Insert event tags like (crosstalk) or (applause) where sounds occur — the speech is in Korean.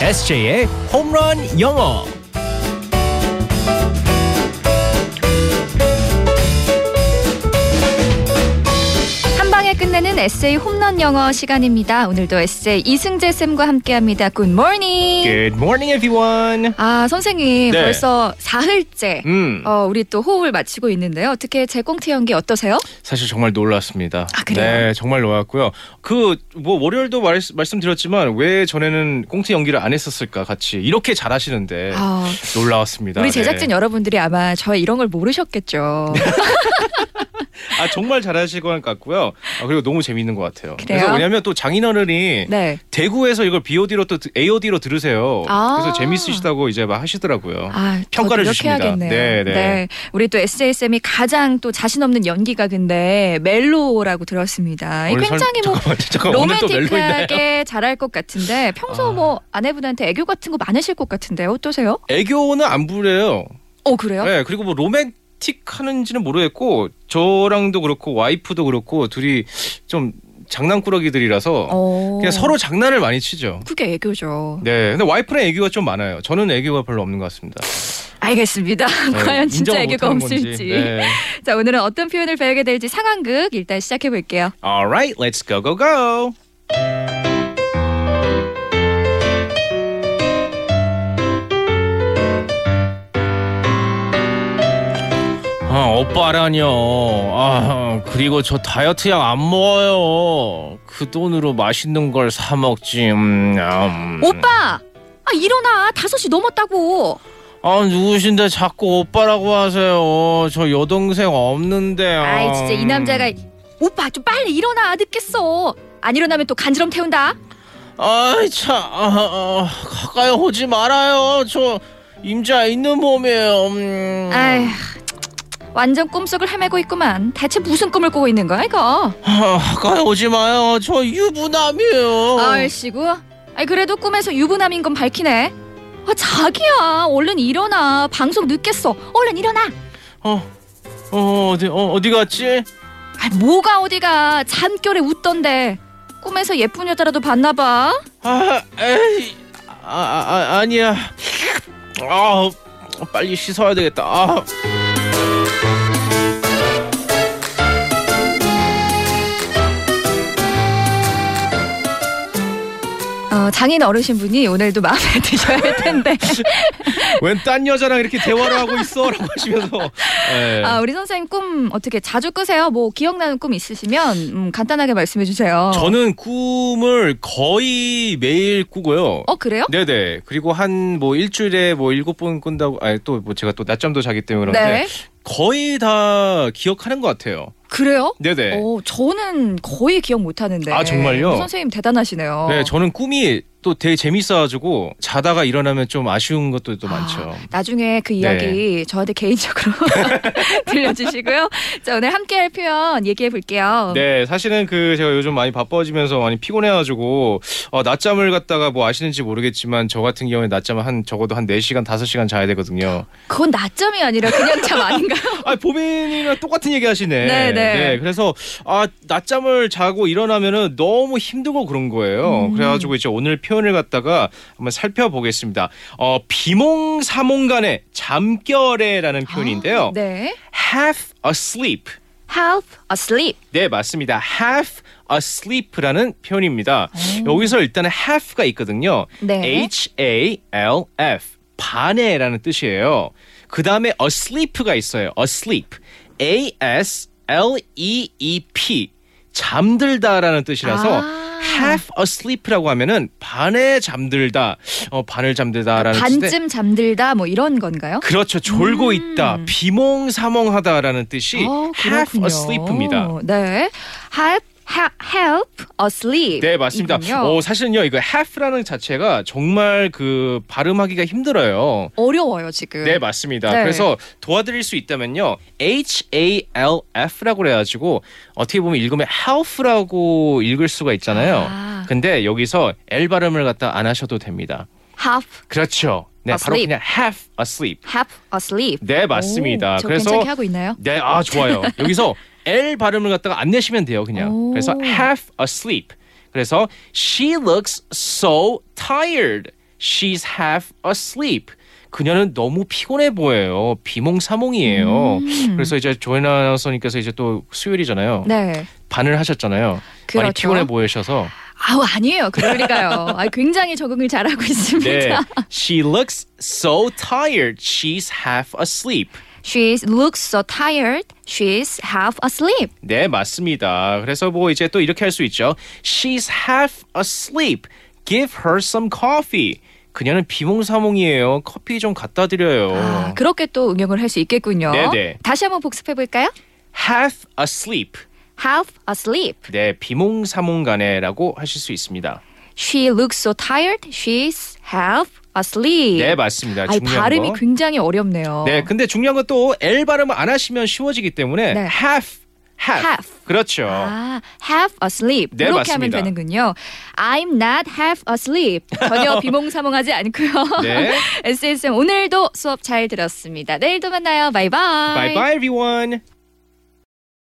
SJ의 홈런 영어. 한 방에 끝내는 에세이 홈런 영어 시간입니다. 오늘도 에세이 이승재 쌤과 함께합니다. Good morning. Good morning, everyone. 아 선생님 예. 네. 벌써 사흘째 음, 어, 우리 또 호흡을 맞추고 있는데요. 어떻게 제 꽁트 연기 어떠세요? 사실 정말 놀랐습니다. 아, 그래요? 네, 정말 놀랐고요. 그 뭐 월요일도 말, 말씀드렸지만 왜 전에는 꽁트 연기를 안 했었을까 같이 이렇게 잘하시는데 아, 놀라웠습니다. 우리 네. 제작진 여러분들이 아마 저 이런 걸 모르셨겠죠. 아 정말 잘하실 것 같고요. 아, 그리고 너무 재밌는 것 같아요. 그래요? 서 왜냐하면 또 장인어른이 네. 대구에서 이걸 BOD로 또 AOD로 들으세요. 아. 그래서 재밌으시다고 이제 막 하시더라고요. 아, 어, 평가를 더 주십니다. 노력해야겠네요. 네, 네. 우리 또 SJ쌤이 가장 또 자신 없는 연기가 근데 멜로라고 들었습니다. 오늘 설- 굉장히 뭐 잠깐만, 잠깐만 그러니까 오늘 또 멜로인가요? 로맨틱하게 잘할 것 같은데 평소 아. 뭐 아내분한테 애교 같은 거 많으실 것 같은데 어떠세요? 애교는 안 부려요. 어 그래요? 네, 그리고 뭐 로맨틱 하는지는 모르겠고 저랑도 그렇고 와이프도 그렇고 둘이 좀 장난꾸러기들이라서 어. 그냥 서로 장난을 많이 치죠. 그게 애교죠. 네, 근데 와이프는 애교가 좀 많아요. 저는 애교가 별로 없는 것 같습니다. 네, 알겠습니다. (laughs) 과연 인정을 진짜 애교가 못하는 건지. 없을지. 네. 자 오늘은 어떤 표현을 배우게 될지 상황극 일단 시작해 볼게요. Alright, let's go go go. 아, 오빠라뇨. 아, 그리고 저 다이어트 약 안 먹어요. 그 돈으로 맛있는 걸 사 먹지. 음, 음. 오빠, 아 일어나 다섯 시 넘었다고. 아, 누구신데 자꾸 오빠라고 하세요. 저 여동생 없는데요. 아이 진짜 이 남자가 오빠 좀 빨리 일어나 늦겠어. 안 일어나면 또 간지럼 태운다. 음. 아이 참 아, 아, 가까이 오지 말아요 저 임자 있는 몸이에요 음. 아휴 완전 꿈속을 헤매고 있구만. 대체 무슨 꿈을 꾸고 있는 거야 이거? 아, 가까이 오지 마요 저 유부남이에요 아이씨구. 아이 그래도 꿈에서 유부남인 건 밝히네. 아 자기야 얼른 일어나. 방송 늦겠어. 얼른 일어나. 어, 어, 어디, 어, 어디 갔지? 아 뭐가 어디가 잠결에 웃던데. 꿈에서 예쁜 여자라도 봤나 봐. 아, 에이, 아, 아, 아, 아니야 아, 빨리 씻어야 되겠다 아. 어, 장인 어르신 분이 오늘도 마음에 (laughs) 드셔야 할 텐데. 웬딴 여자랑 이렇게 대화를 하고 있어 라고 (laughs) 하시면서 예. 아, 우리 선생님 꿈 어떻게 자주 꾸세요? 뭐 기억나는 꿈 있으시면 음, 간단하게 말씀해 주세요. 저는 꿈을 거의 매일 꾸고요 어 그래요? 네네. 그리고 한 뭐 일주일에 뭐 일곱 번 꾼다고 아니 또 뭐 제가 또 낮잠도 자기 때문에 그런데 네. 거의 다 기억하는 것 같아요. 그래요? 네네. 어 저는 거의 기억 못 하는데. 아, 정말요? 선생님 대단하시네요. 네, 저는 꿈이 또 되게 재밌어가지고 자다가 일어나면 좀 아쉬운 것도 또 많죠. 네. 아, 나중에 그 이야기 저한테 개인적으로 (laughs) 들려주시고요. 자 오늘 함께할 표현 얘기해 볼게요. 네, 사실은 그 제가 요즘 많이 바빠지면서 많이 피곤해가지고 어, 낮잠을 갖다가 뭐 아시는지 모르겠지만 저 같은 경우에 낮잠을 한 적어도 한 4시간 5시간 자야 되거든요. 그건 낮점이 아니라 그냥 잠 아닌가요? 아, 보빈이랑 똑같은 얘기 하시네. 네, 네. 그래서 아, 낮잠을 자고 일어나면은 너무 힘들고 그런 거예요. 음. 그래 가지고 이제 오늘 표현을 갖다가 한번 살펴보겠습니다. 어, 비몽사몽간의 잠결에라는 (laughs) 표현인데요. 아, 네. half asleep. Half asleep. 네, 맞습니다. half asleep라는 표현입니다. 음. 여기서 일단은 half가 있거든요. 네. H A L F 반에라는 뜻이에요. 그 다음에 asleep가 있어요. asleep, A S L E E P 잠들다라는 뜻이라서 아. half asleep라고 하면은 반에 잠들다, 어, 반을 잠들다라는 뜻인데 반쯤 잠들다 뭐 이런 건가요? 그렇죠. 졸고 음. 있다, 비몽사몽하다라는 뜻이 어, half 그렇군요. asleep입니다. 네. help, he- help, asleep. 네 맞습니다. 이군요. 어, 사실은요 이거 half라는 자체가 정말 그 발음하기가 힘들어요. 어려워요 지금. 네 맞습니다. 네. 그래서 도와드릴 수 있다면요 H A L F라고 그래가지고 어떻게 보면 읽으면 half라고 읽을 수가 있잖아요. 아. 근데 여기서 L 발음을 갖다 안 하셔도 됩니다. half, 그렇죠. 네 Asleep. 바로 그냥 half asleep. half asleep. 네 맞습니다. 오, 저 그래서 괜찮게 하고 있나요? 네, 아 (laughs) 좋아요. 여기서 L 발음을 갖다가 안 내시면 돼요, 그냥. 오. 그래서 half asleep. 그래서 she looks so tired. She's half asleep. 그녀는 너무 피곤해 보여요. 비몽사몽이에요. 음. 그래서 이제 조애나 아나운서님께서 이제 또 수요일이잖아요. 네. 반을 하셨잖아요. 많이 그렇죠. 피곤해 보이셔서. 아우 아니에요. (laughs) 그럴 리가요. 아, 굉장히 적응을 잘하고 있습니다. (laughs) 네. She looks so tired. She's half asleep. She looks so tired. She's half asleep. 네, 맞습니다. 그래서 뭐 이제 또 이렇게 할 수 있죠. She's half asleep. Give her some coffee. 그녀는 비몽사몽이에요. 커피 좀 갖다 드려요. 아, 그렇게 또 응용을 할 수 있겠군요. 어. 네네. 다시 한번 복습해 볼까요? half asleep. Half asleep. 네, 비몽사몽간에라고 하실 수 있습니다. She looks so tired. She's half asleep. 네, 맞습니다. 예. 아이 중요한 발음이 거. 굉장히 어렵네요. 네, 근데 중요한 건 또 L 발음을 안 하시면 쉬워지기 때문에 네. half, half. Half. 그렇죠. 아, half asleep. 네, 이렇게 하면 맞습니다. 되는군요. I'm not half asleep. (laughs) 전혀 비몽사몽하지 않고요. (laughs) 네. SSM 오늘도 수업 잘 들었습니다. 내일도 만나요. 바이바이. Bye bye everyone.